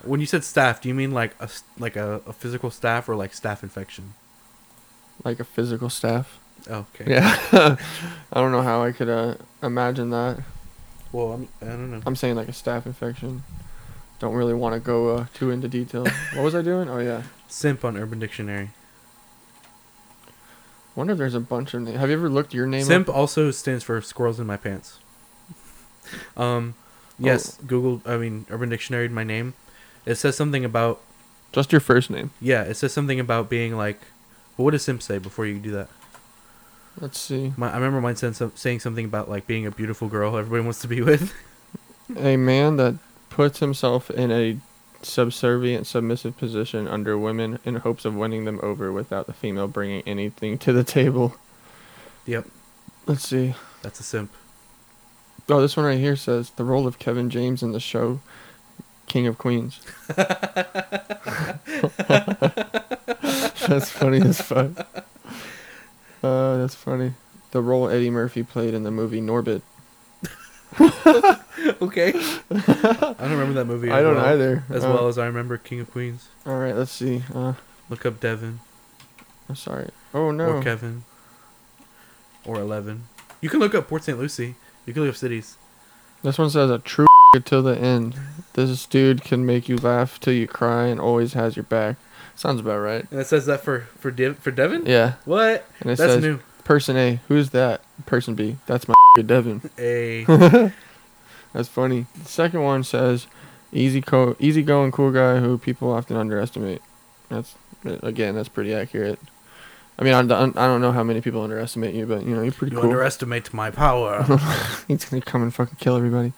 when you said staff do you mean like a s- like a, a physical staff or like staff infection
like a physical staff.
oh, okay
Yeah. [laughs] I don't know how I could uh, imagine that.
well I'm, i don't know
I'm saying like a staff infection. Don't really want to go uh, too into detail. what was I doing? Oh yeah.
simp on urban dictionary
Wonder if there's a bunch of names. Have you ever looked your name?
simp
Up?
also stands for squirrels in my pants um
Oh.
yes google i mean urban dictionary my name it says something about
Just your first name.
yeah it says something about being like well, what does simp say before you do that
Let's see.
my, i remember mine said some, saying something about like being a beautiful girl everybody wants to be with
A man that puts himself in a subservient, submissive position under women in hopes of winning them over without the female bringing anything to the table.
yep
Let's see.
that's a simp
Oh, this one right here says the role of Kevin James in the show King of Queens. [laughs] that's funny as fuck. Uh, that's funny. The role Eddie Murphy played in the movie Norbit.
okay. I don't remember that movie.
[laughs] I
as
don't
well,
either.
As
Uh,
well as I remember King of Queens.
All right, let's see. Uh,
Look up Devin
I'm sorry. Oh no.
or Kevin or Eleven. You can look up Port St. Lucie. You can look up cities.
This one says a true [laughs] till the end. This dude can make you laugh till you cry and always has your back. Sounds about right.
And it says that for for Dev- for Devin.
Yeah.
What?
And it
That's
says [laughs]
new.
person A, who's that? Person B, that's my [laughs] Devin.
A
That's funny. The second one says easy co easy going cool guy who people often underestimate. That's again, that's pretty accurate. I mean, I don't I don't know how many people underestimate you, but you know, you're pretty
you
cool.
underestimate
[laughs]
my power.
He's gonna come and fucking kill everybody.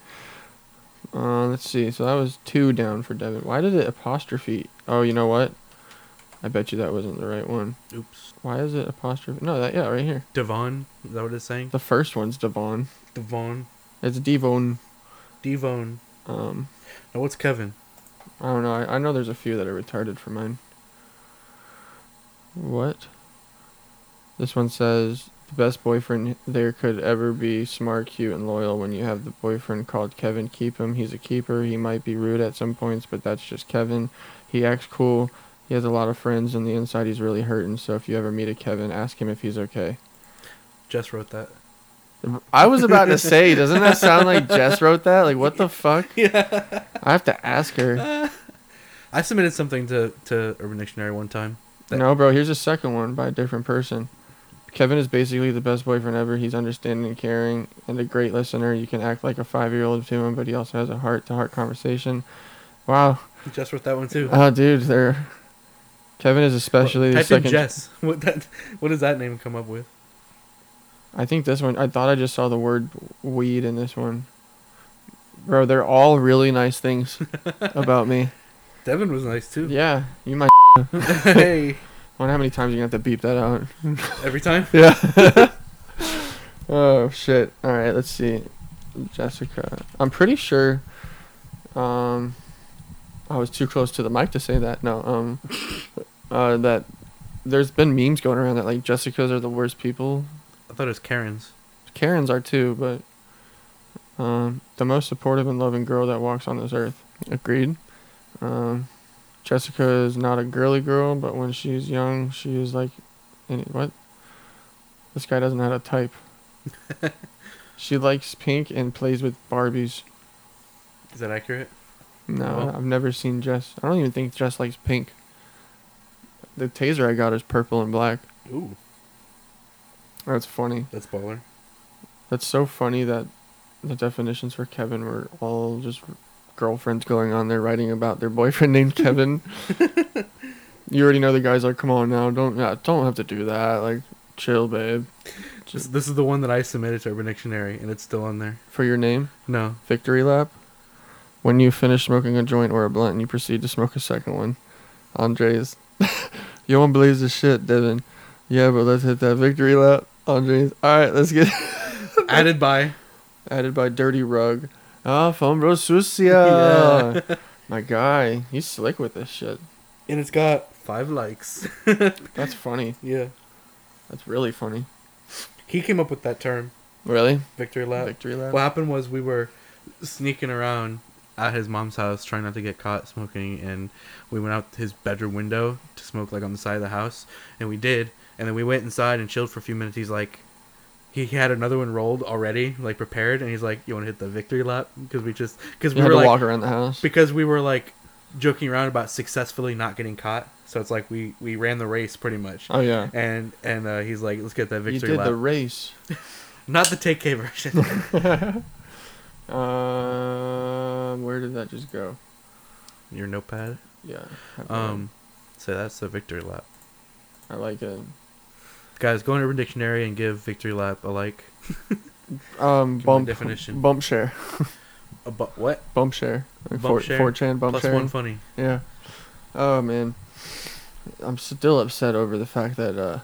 Uh, let's see. So that was two down for Devin. Why did it apostrophe? Oh, you know what? I bet you that wasn't the right one.
Oops.
Why is it apostrophe? No, that yeah, right here.
Devon. Is that what it's saying?
The first one's Devon.
Devon.
It's Devon.
Devon.
Um,
Now what's Kevin?
I don't know. I, I know there's a few that are retarded for mine. What? This one says the best boyfriend there could ever be smart, cute, and loyal. When you have the boyfriend called Kevin, keep him. He's a keeper. He might be rude at some points, but that's just Kevin. He acts cool. He has a lot of friends. On the inside, he's really hurting. So if you ever meet a Kevin, ask him if he's okay.
Jess wrote that.
I was about to say, doesn't that sound like Jess wrote that? Like, what the fuck?
Yeah.
I have to ask her.
I submitted something to, to Urban Dictionary one time. That-
No, bro, here's a second one by a different person. Kevin is basically the best boyfriend ever. He's understanding and caring and a great listener. You can act like a five year old to him, but he also has a heart to heart conversation. Wow.
Jess wrote that one too.
Oh, dude, there. Kevin is especially the
Type in
second.
Jess. [laughs] What that? What does that name come up with? [laughs]
I think this one. I thought I just saw the word weed in this one. Bro, they're all really nice
[laughs]
things about me.
Devin was nice too.
Yeah, you might.
[laughs] hey.
[laughs] wonder how many times you're gonna have to beep that out.
Every time.
Yeah. [laughs] oh shit. All right, let's see. Jessica. I'm pretty sure um I was too close to the mic to say that. No. Um uh that there's been memes going around that like Jessicas are the worst people.
I thought it was Karen's. [laughs]
Karens are too, but um the most supportive and loving girl that walks on this earth. Agreed. Um Jessica is not a girly girl, but when she's young, she is like, any, what? This guy doesn't have a type. she likes pink and plays with Barbies.
Is that accurate?
No,
Well-
I've never seen Jess. I don't even think Jess likes pink. The taser I got is purple and black.
Ooh,
That's funny.
that's baller.
That's so funny that the definitions for Kevin were all just girlfriends going on there writing about their boyfriend named Kevin. you already know the guy's like, come on now, don't yeah, don't have to do that. Like, chill, babe.
This,
Just
this is the one that I submitted to Urban Dictionary, and it's still on there.
for your name, [laughs]
No,
victory lap. When you finish smoking a joint or a blunt, and you proceed to smoke a second one. Andres, [laughs] you won't believe this shit, Devin. Yeah, but let's hit that victory lap. Andres, all right, let's get.
added by.
added by Dirty Rug. Ah, Fombro
[laughs]
Sucia. My guy, he's slick with this shit.
And it's got five likes. [laughs]
That's funny.
yeah,
That's really funny.
he came up with that term,
Really?
victory lap.
Victory lap?
What happened was we were sneaking around at his mom's house, trying not to get caught smoking, and we went out his bedroom window to smoke like on the side of the house, and we did. And then we went inside and chilled for a few minutes. He's like, he had another one rolled already, like prepared, and he's like, "You want to hit the victory lap?" Because we just because
You
we
had
were
to
like
walk around the house.
because we were like joking around about successfully not getting caught. So it's like we we ran the race pretty much.
oh, yeah.
And and uh, he's like, "Let's get that
You
victory
did
lap."
the
[laughs]
race.
Not the take K version.
[laughs] Um, where did that just go?
Your notepad.
Yeah. I
Um, so that's the victory lap.
I like it.
Guys, go on Urban Dictionary and give victory lap a like.
Um,
Give me a
bump.
definition.
Bump share.
A bu- what?
Bump share. Like
Bump
four-
share.
4chan bump
Plus
share.
one funny.
Yeah. Oh man, I'm still upset over the fact that uh,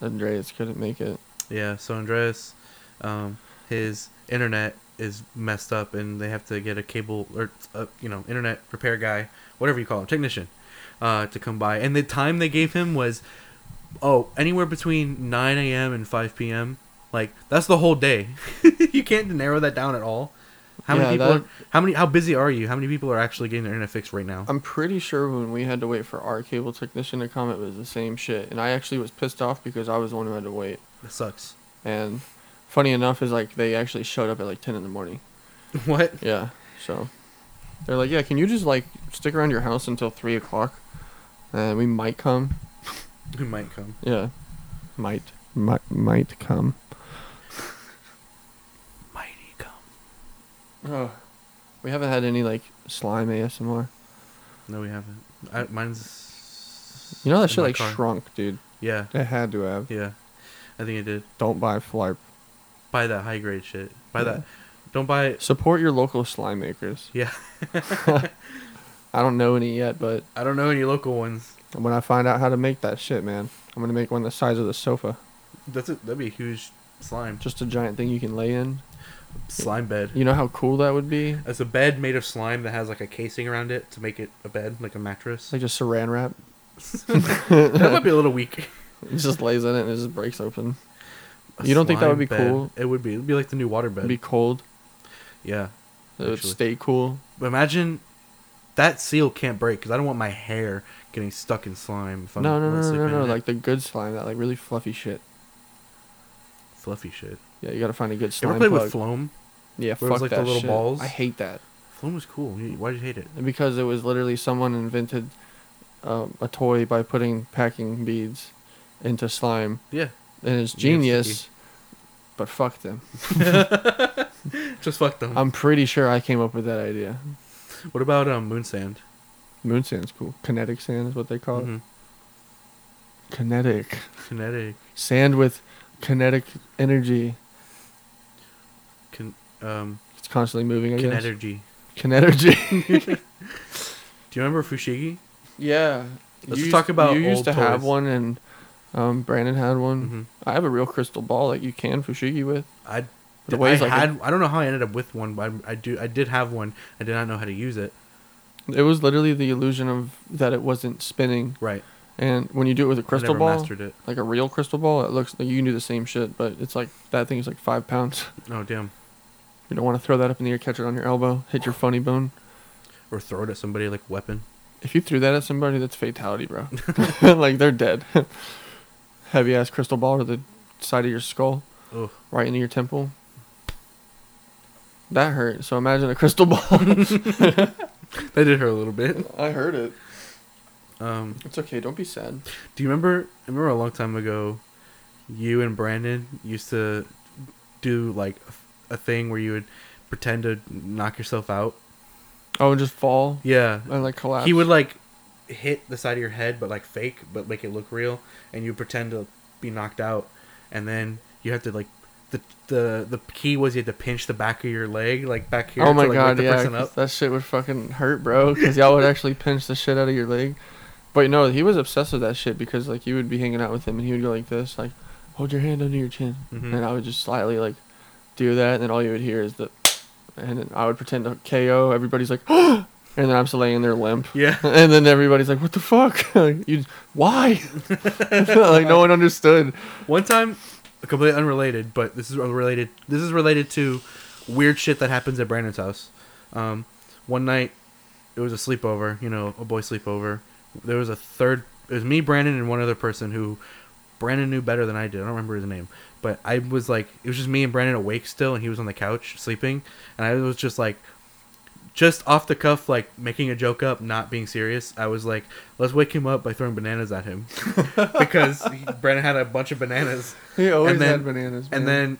Andreas couldn't make it.
Yeah. So Andreas, um, his internet is messed up, and they have to get a cable or uh, you know internet repair guy, whatever you call him, technician, uh, to come by. And the time they gave him was, oh, anywhere between 9 a.m. and 5 p.m. Like that's the whole day. [laughs] you can't narrow that down at all. How
Yeah,
many people?
that-
Are, how many? How busy are you? How many people are actually getting their internet fixed right now?
I'm pretty sure when we had to wait for our cable technician to come, it was the same shit. And I actually was pissed off because I was the one who had to wait.
That
[laughs]
sucks.
And funny enough is like they actually showed up at like 10 in the morning.
What?
Yeah. So they're like, yeah, can you just like stick around your house until three o'clock, and we might come.
Who might come?
Yeah. Might. Might might come.
Mighty come.
Oh. We haven't had any like slime ASMR.
No, we haven't. I, mine's.
You know
in
that shit
my
like
car.
shrunk, dude.
Yeah,
It had to have.
yeah. I think I did.
Don't buy flarp.
Buy that high grade shit. Buy
Yeah.
that. Don't buy.
Support your local [laughs] slime makers.
[laughs] Yeah,
I don't know any yet, but
I don't know any local ones.
And when I find out how to make that shit, man, I'm gonna make one the size of the sofa.
That's a, that'd be a huge slime
Just a giant thing you can lay in.
slime bed.
You know how cool that would be?
It's a bed made of slime that has like a casing around it to make it a bed, like a mattress.
It's
[laughs]
like just saran wrap. [laughs]
that might be a little weak.
It just lays in it and it just breaks open. You don't think that would be
Slime bed.
cool?
It would be. It'd be like the new water bed.
It'd be cold.
yeah.
It would
Actually.
stay cool.
But imagine that seal can't break because I don't want my hair getting stuck in slime. If I'm
No, no, no, no,
sleeping
no,
in
no.
it.
Like the good slime, that like really fluffy shit.
fluffy shit.
Yeah, you gotta find a good
You
slime.
ever played
plug.
with Floam?
yeah,
where it was,
fuck
like, the
that
little
shit.
balls?
I hate that
Floam was cool. You- Why'd you hate it?
because it was literally someone invented um, a toy by putting packing beads into slime,
Yeah,
and it's
Yeah, it's
genius.
sticky.
But fuck them.
[laughs] just fuck them.
I'm pretty sure I came up with that idea.
what about um, moon sand?
Moon sand's cool. Kinetic sand is what they call it.
Mhm. Mm-hmm.
Kinetic
Kinetic.
sand with kinetic energy.
Kin- um,
It's constantly moving. I guess.
kinenergy.
Kinenergy. [laughs]
Do you remember Fushigi?
yeah.
Let's talk about
You used
old
to have
toys.
one, and um, Brandon had one.
Mhm.
I have a real crystal ball that you can fushigi with.
I,
The
I
ways like
had. I don't know how I ended up with one, but I, I do. I did have one. I did not know how to use it.
It was literally the illusion of that it wasn't spinning.
Right.
And when you do it with a
I
crystal
never
ball,
mastered it.
like a real crystal ball, it looks like you can do the same shit, but it's like that thing is like five pounds. [laughs]
Oh damn.
You don't want to throw that up in the air, catch it on your elbow, hit your funny bone.
Or throw it at somebody like a weapon.
If you threw that at somebody, that's fatality, bro.
[laughs]
[laughs] like they're dead. [laughs] Heavy ass crystal ball to the side of your skull, [laughs]
Ugh.
right into your temple. That hurt. So imagine a [laughs] crystal ball.
That did hurt a little bit.
I heard it.
Um,
It's okay. Don't be sad.
do you remember? I remember a long time ago, you and Brandon used to do like a, a thing where you would pretend to knock yourself out.
Oh, and just fall
Yeah,
and like collapse.
he would like hit the side of your head, but like fake, but make it look real, and you pretend to be knocked out, and then you have to like. The, the the key was you had to pinch the back of your leg like back here
oh my
to, like, wake
god,
the
yeah,
person
'cause
up.
that shit would fucking hurt, bro. Because y'all would actually pinch the shit out of your leg. But no, he was obsessed with that shit because like you would be hanging out with him and he would go like this, like hold your hand under your chin,
Mhm.
and I would just slightly like do that, and then all you would hear is the, and then I would pretend to KO. Everybody's like, [gasps] and then I'm still laying there limp.
yeah
[laughs] And then everybody's like, "What the fuck? [laughs] like, you, why?" [laughs] like no one
[laughs]
understood.
One time, completely unrelated, but this is related. This is related to weird shit that happens at Brandon's house. Um, one night, it was a sleepover. You know, a boy sleepover. There was a third. It was me, Brandon, and one other person who Brandon knew better than I did. I don't remember his name, but I was like, it was just me and Brandon awake still, and he was on the couch sleeping, and I was just like. Just off the cuff, like making a joke up, not being serious. I was like, "Let's wake him up by throwing bananas at him," [laughs] because he- Brandon had a bunch of bananas,
He always
then-
had bananas.
and
man.
then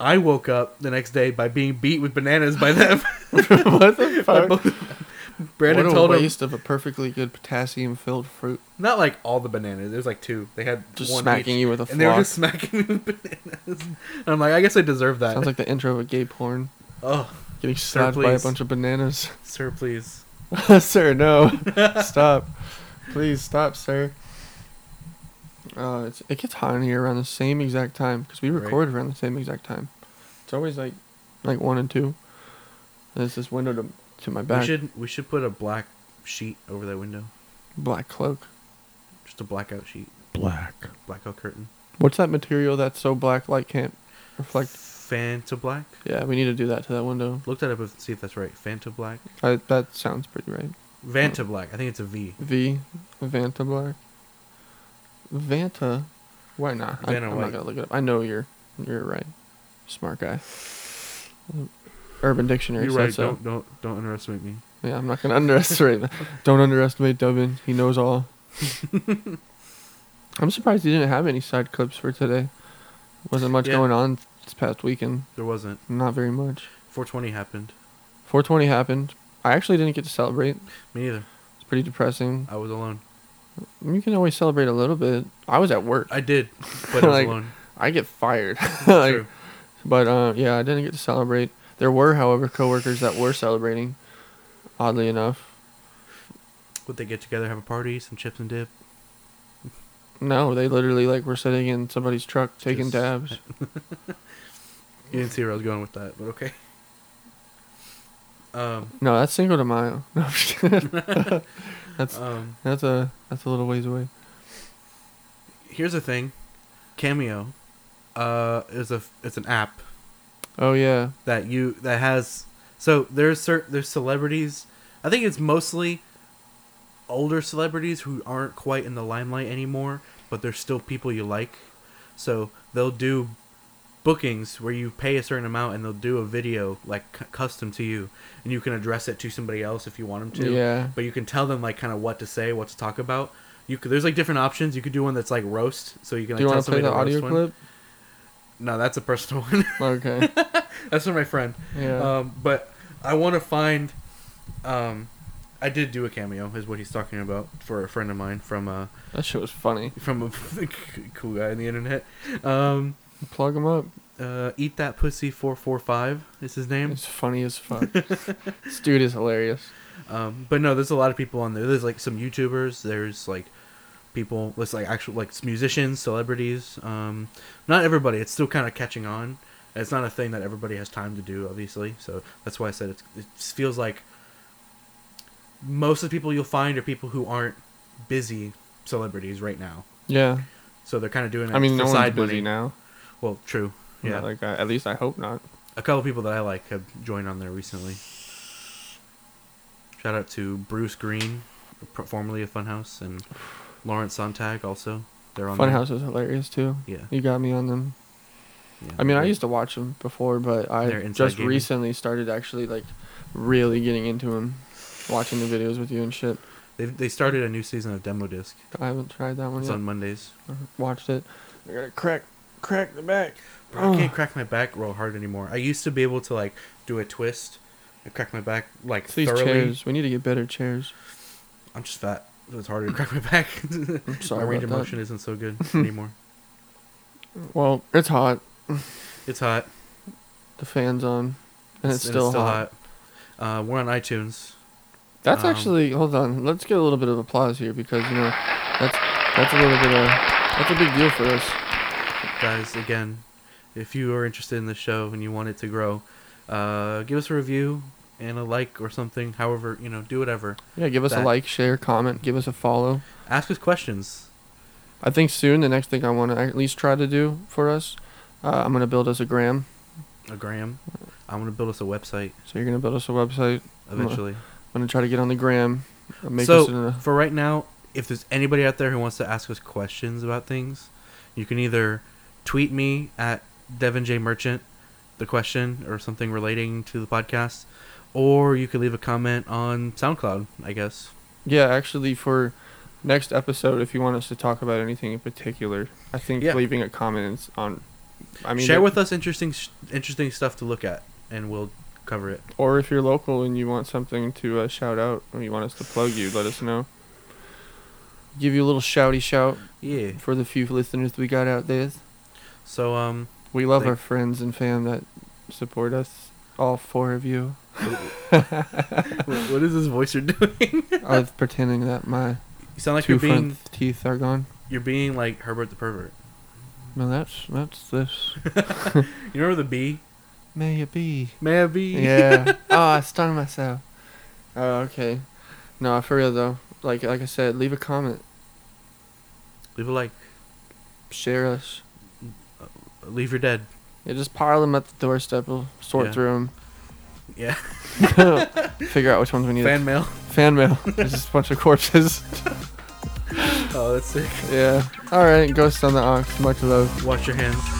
I woke up the next day by being beat with bananas by them.
[laughs]
[laughs]
what the
By
fuck?
both of them. Brandon
what a
told him
waste of a perfectly good potassium-filled fruit.
not like all the bananas. It was like two. They had
Just
one
smacking
each,
you with a
and they were
flock.
just smacking [laughs] me with bananas. And I'm like, I guess I deserve that.
Sounds like the intro of a gay porn.
[laughs] oh,
Getting
Sir,
slapped by a
please.
bunch of
[laughs]
bananas. [laughs]
sir, please.
sir, no. [laughs] stop. Please stop, sir. Uh, it's, it gets hot in here around the same exact time because we
Right.
record around the same exact time. It's always like like one and two. And it's this window to, to my
We
back.
should we should put a black sheet over that window,
Black cloak.
just a blackout sheet,
Black.
blackout curtain.
What's that material that's so black light can't reflect?
Fanta black.
Yeah, we need to do that to that window.
Look that up and see if that's right. Fanta black.
I, that sounds pretty right.
Vanta black. I think it's a V.
V Vanta Black. Vanta, why not? I,
Vanna
am
White.
not gonna look it up. I know you're you're right, smart guy. Urban Dictionary
You're
says
right.
so.
Don't don't don't underestimate me.
Yeah, I'm not gonna [laughs] underestimate. that. Don't underestimate Dubin. He knows all. I'm surprised you didn't have any side clips for today. Wasn't much
Yeah.
going on this past weekend.
[laughs] There wasn't.
Not very much.
420 happened.
420 happened. I actually didn't get to celebrate.
Me neither.
It's pretty depressing.
I was alone.
You can always celebrate a little bit. I was at work.
I did, but I was
[laughs] Like,
alone.
I get fired. [laughs] Like,
True.
But uh, yeah, I didn't get to celebrate. There were, however, coworkers that were celebrating. Oddly enough,
Would they get together, have a party, some chips and dip?
No, they literally like were sitting in somebody's truck taking
Just-
dabs.
You didn't see where I was going with that, but okay. Um,
No, that's Cinco de Mayo. [laughs] No, I'm just
[laughs]
kidding.
um,
that's a that's a little ways away.
here's the thing, Cameo, uh, is a it's an app
Oh yeah,
that you that has so there's cer there's celebrities. I think it's mostly older celebrities who aren't quite in the limelight anymore, but they're still people you like. So they'll do bookings where you pay a certain amount and they'll do a video like c- custom to you, and you can address it to somebody else if you want them to.
yeah.
but you can tell them like kind of what to say, what to talk about. You could, there's like different options. You could do one that's like roast, so you can like,
Do you
tell
want to play
somebody
the
to roast
audio
one.
clip?
No, that's a personal [laughs] one.
Okay.
that's for my friend.
Yeah.
Um, but I want to find. Um, I did do a cameo, is what he's talking about for a friend of mine from uh
that shit was funny.
from a [laughs] cool guy on the internet. Um,
Plug him up.
uh, eat that pussy four four five is his name.
It's funny as
[laughs]
fuck. this dude is hilarious.
Um, but no, there's a lot of people on there. There's like some YouTubers. There's like people. There's like actual like musicians, celebrities. Um, not everybody. It's still kind of catching on. It's not a thing that everybody has time to do, obviously. So that's why I said it's, it feels like most of the people you'll find are people who aren't busy celebrities right now.
Yeah.
So they're kind of doing it
I mean,
for
no one's
side
busy
money.
now.
Well, true.
Yeah.
Yeah,
Like I, at least I hope not.
a couple people that I like have joined on there recently. Shout out to Bruce Green, pro- formerly of Funhouse, and Lawrence Sontag also. They're on there.
Funhouse is hilarious too.
Yeah,
You got me on them.
yeah.
I mean, I used to watch them before, but
They're
I
inside
just
gaming?
recently started actually like really getting into them, watching the videos with you and shit.
They they started a new season of Demo Disc.
I haven't tried that one
It's
yet.
on Mondays.
I watched it. I gotta crack, crack the back.
Bro, I can't crack my back real hard anymore. I used to be able to like do a twist and crack my back like
It's these
thoroughly.
chairs. We need to get better chairs.
I'm just fat. so It's harder to crack my back. [laughs]
I'm
my
sorry
range of
about
motion isn't
[laughs]
so good anymore.
that. Well, it's hot.
It's hot.
The fan's on, and it's, still, hot.
hot. Uh, we're on iTunes.
That's
Um,
actually hold on. Let's get a little bit of applause here because you know that's that's a little bit of that's a big deal for us.
guys again if you are interested in the show and you want it to grow uh, give us a review and a like or something however you know do whatever
Yeah, give us
That-
a like, share, comment, give us a follow.
ask us questions
I think soon the next thing I want to at least try to do for us, uh, I'm gonna build us a gram.
a gram uh, i'm going to build us a website
So you're gonna build us a website. on.
eventually
I'm gonna try to get on the gram. uh, [laughs] Make us in
so
a,
for right now if there's anybody out there who wants to ask us questions about things you can either tweet me at devin j merchant the question or something relating to the podcast or you could leave a comment on soundcloud i guess
yeah, actually for next episode, if you want us to talk about anything in particular, I think
Yeah.
leaving a comment is on. I mean,
share
it-
with us interesting sh- interesting stuff to look at, and we'll cover it.
or if you're local and you want something to uh, shout out or you want us to plug you, let us know. Give you a little shouty shout
Yeah.
for the few listeners we got out there.
So um,
We love
Thank-
our friends and fam that support us. All four of
[laughs]
you.
[laughs] what is this voice you're [laughs] doing?
I was pretending that my
You sound like
two
you're being
front teeth are gone.
you're being like Herbert the pervert.
Well, that's that's
[laughs]
this.
You remember the bee?
May it be.
May I be? [laughs]
Yeah. oh, I stung myself. Oh, okay. No, for real though. Like like I said, leave a comment,
Leave a like.
share us.
Leave your dead.
Yeah, just pile them at the doorstep. We'll sort
Yeah. [laughs]
through
Yeah.
them. [laughs] Figure out which ones we need.
[laughs] Fan mail.
Fan
[laughs]
mail. There's just a bunch of corpses. [laughs]
Oh, that's sick.
yeah. All right. Ghosts on the Ox. Much love.
Wash your hands.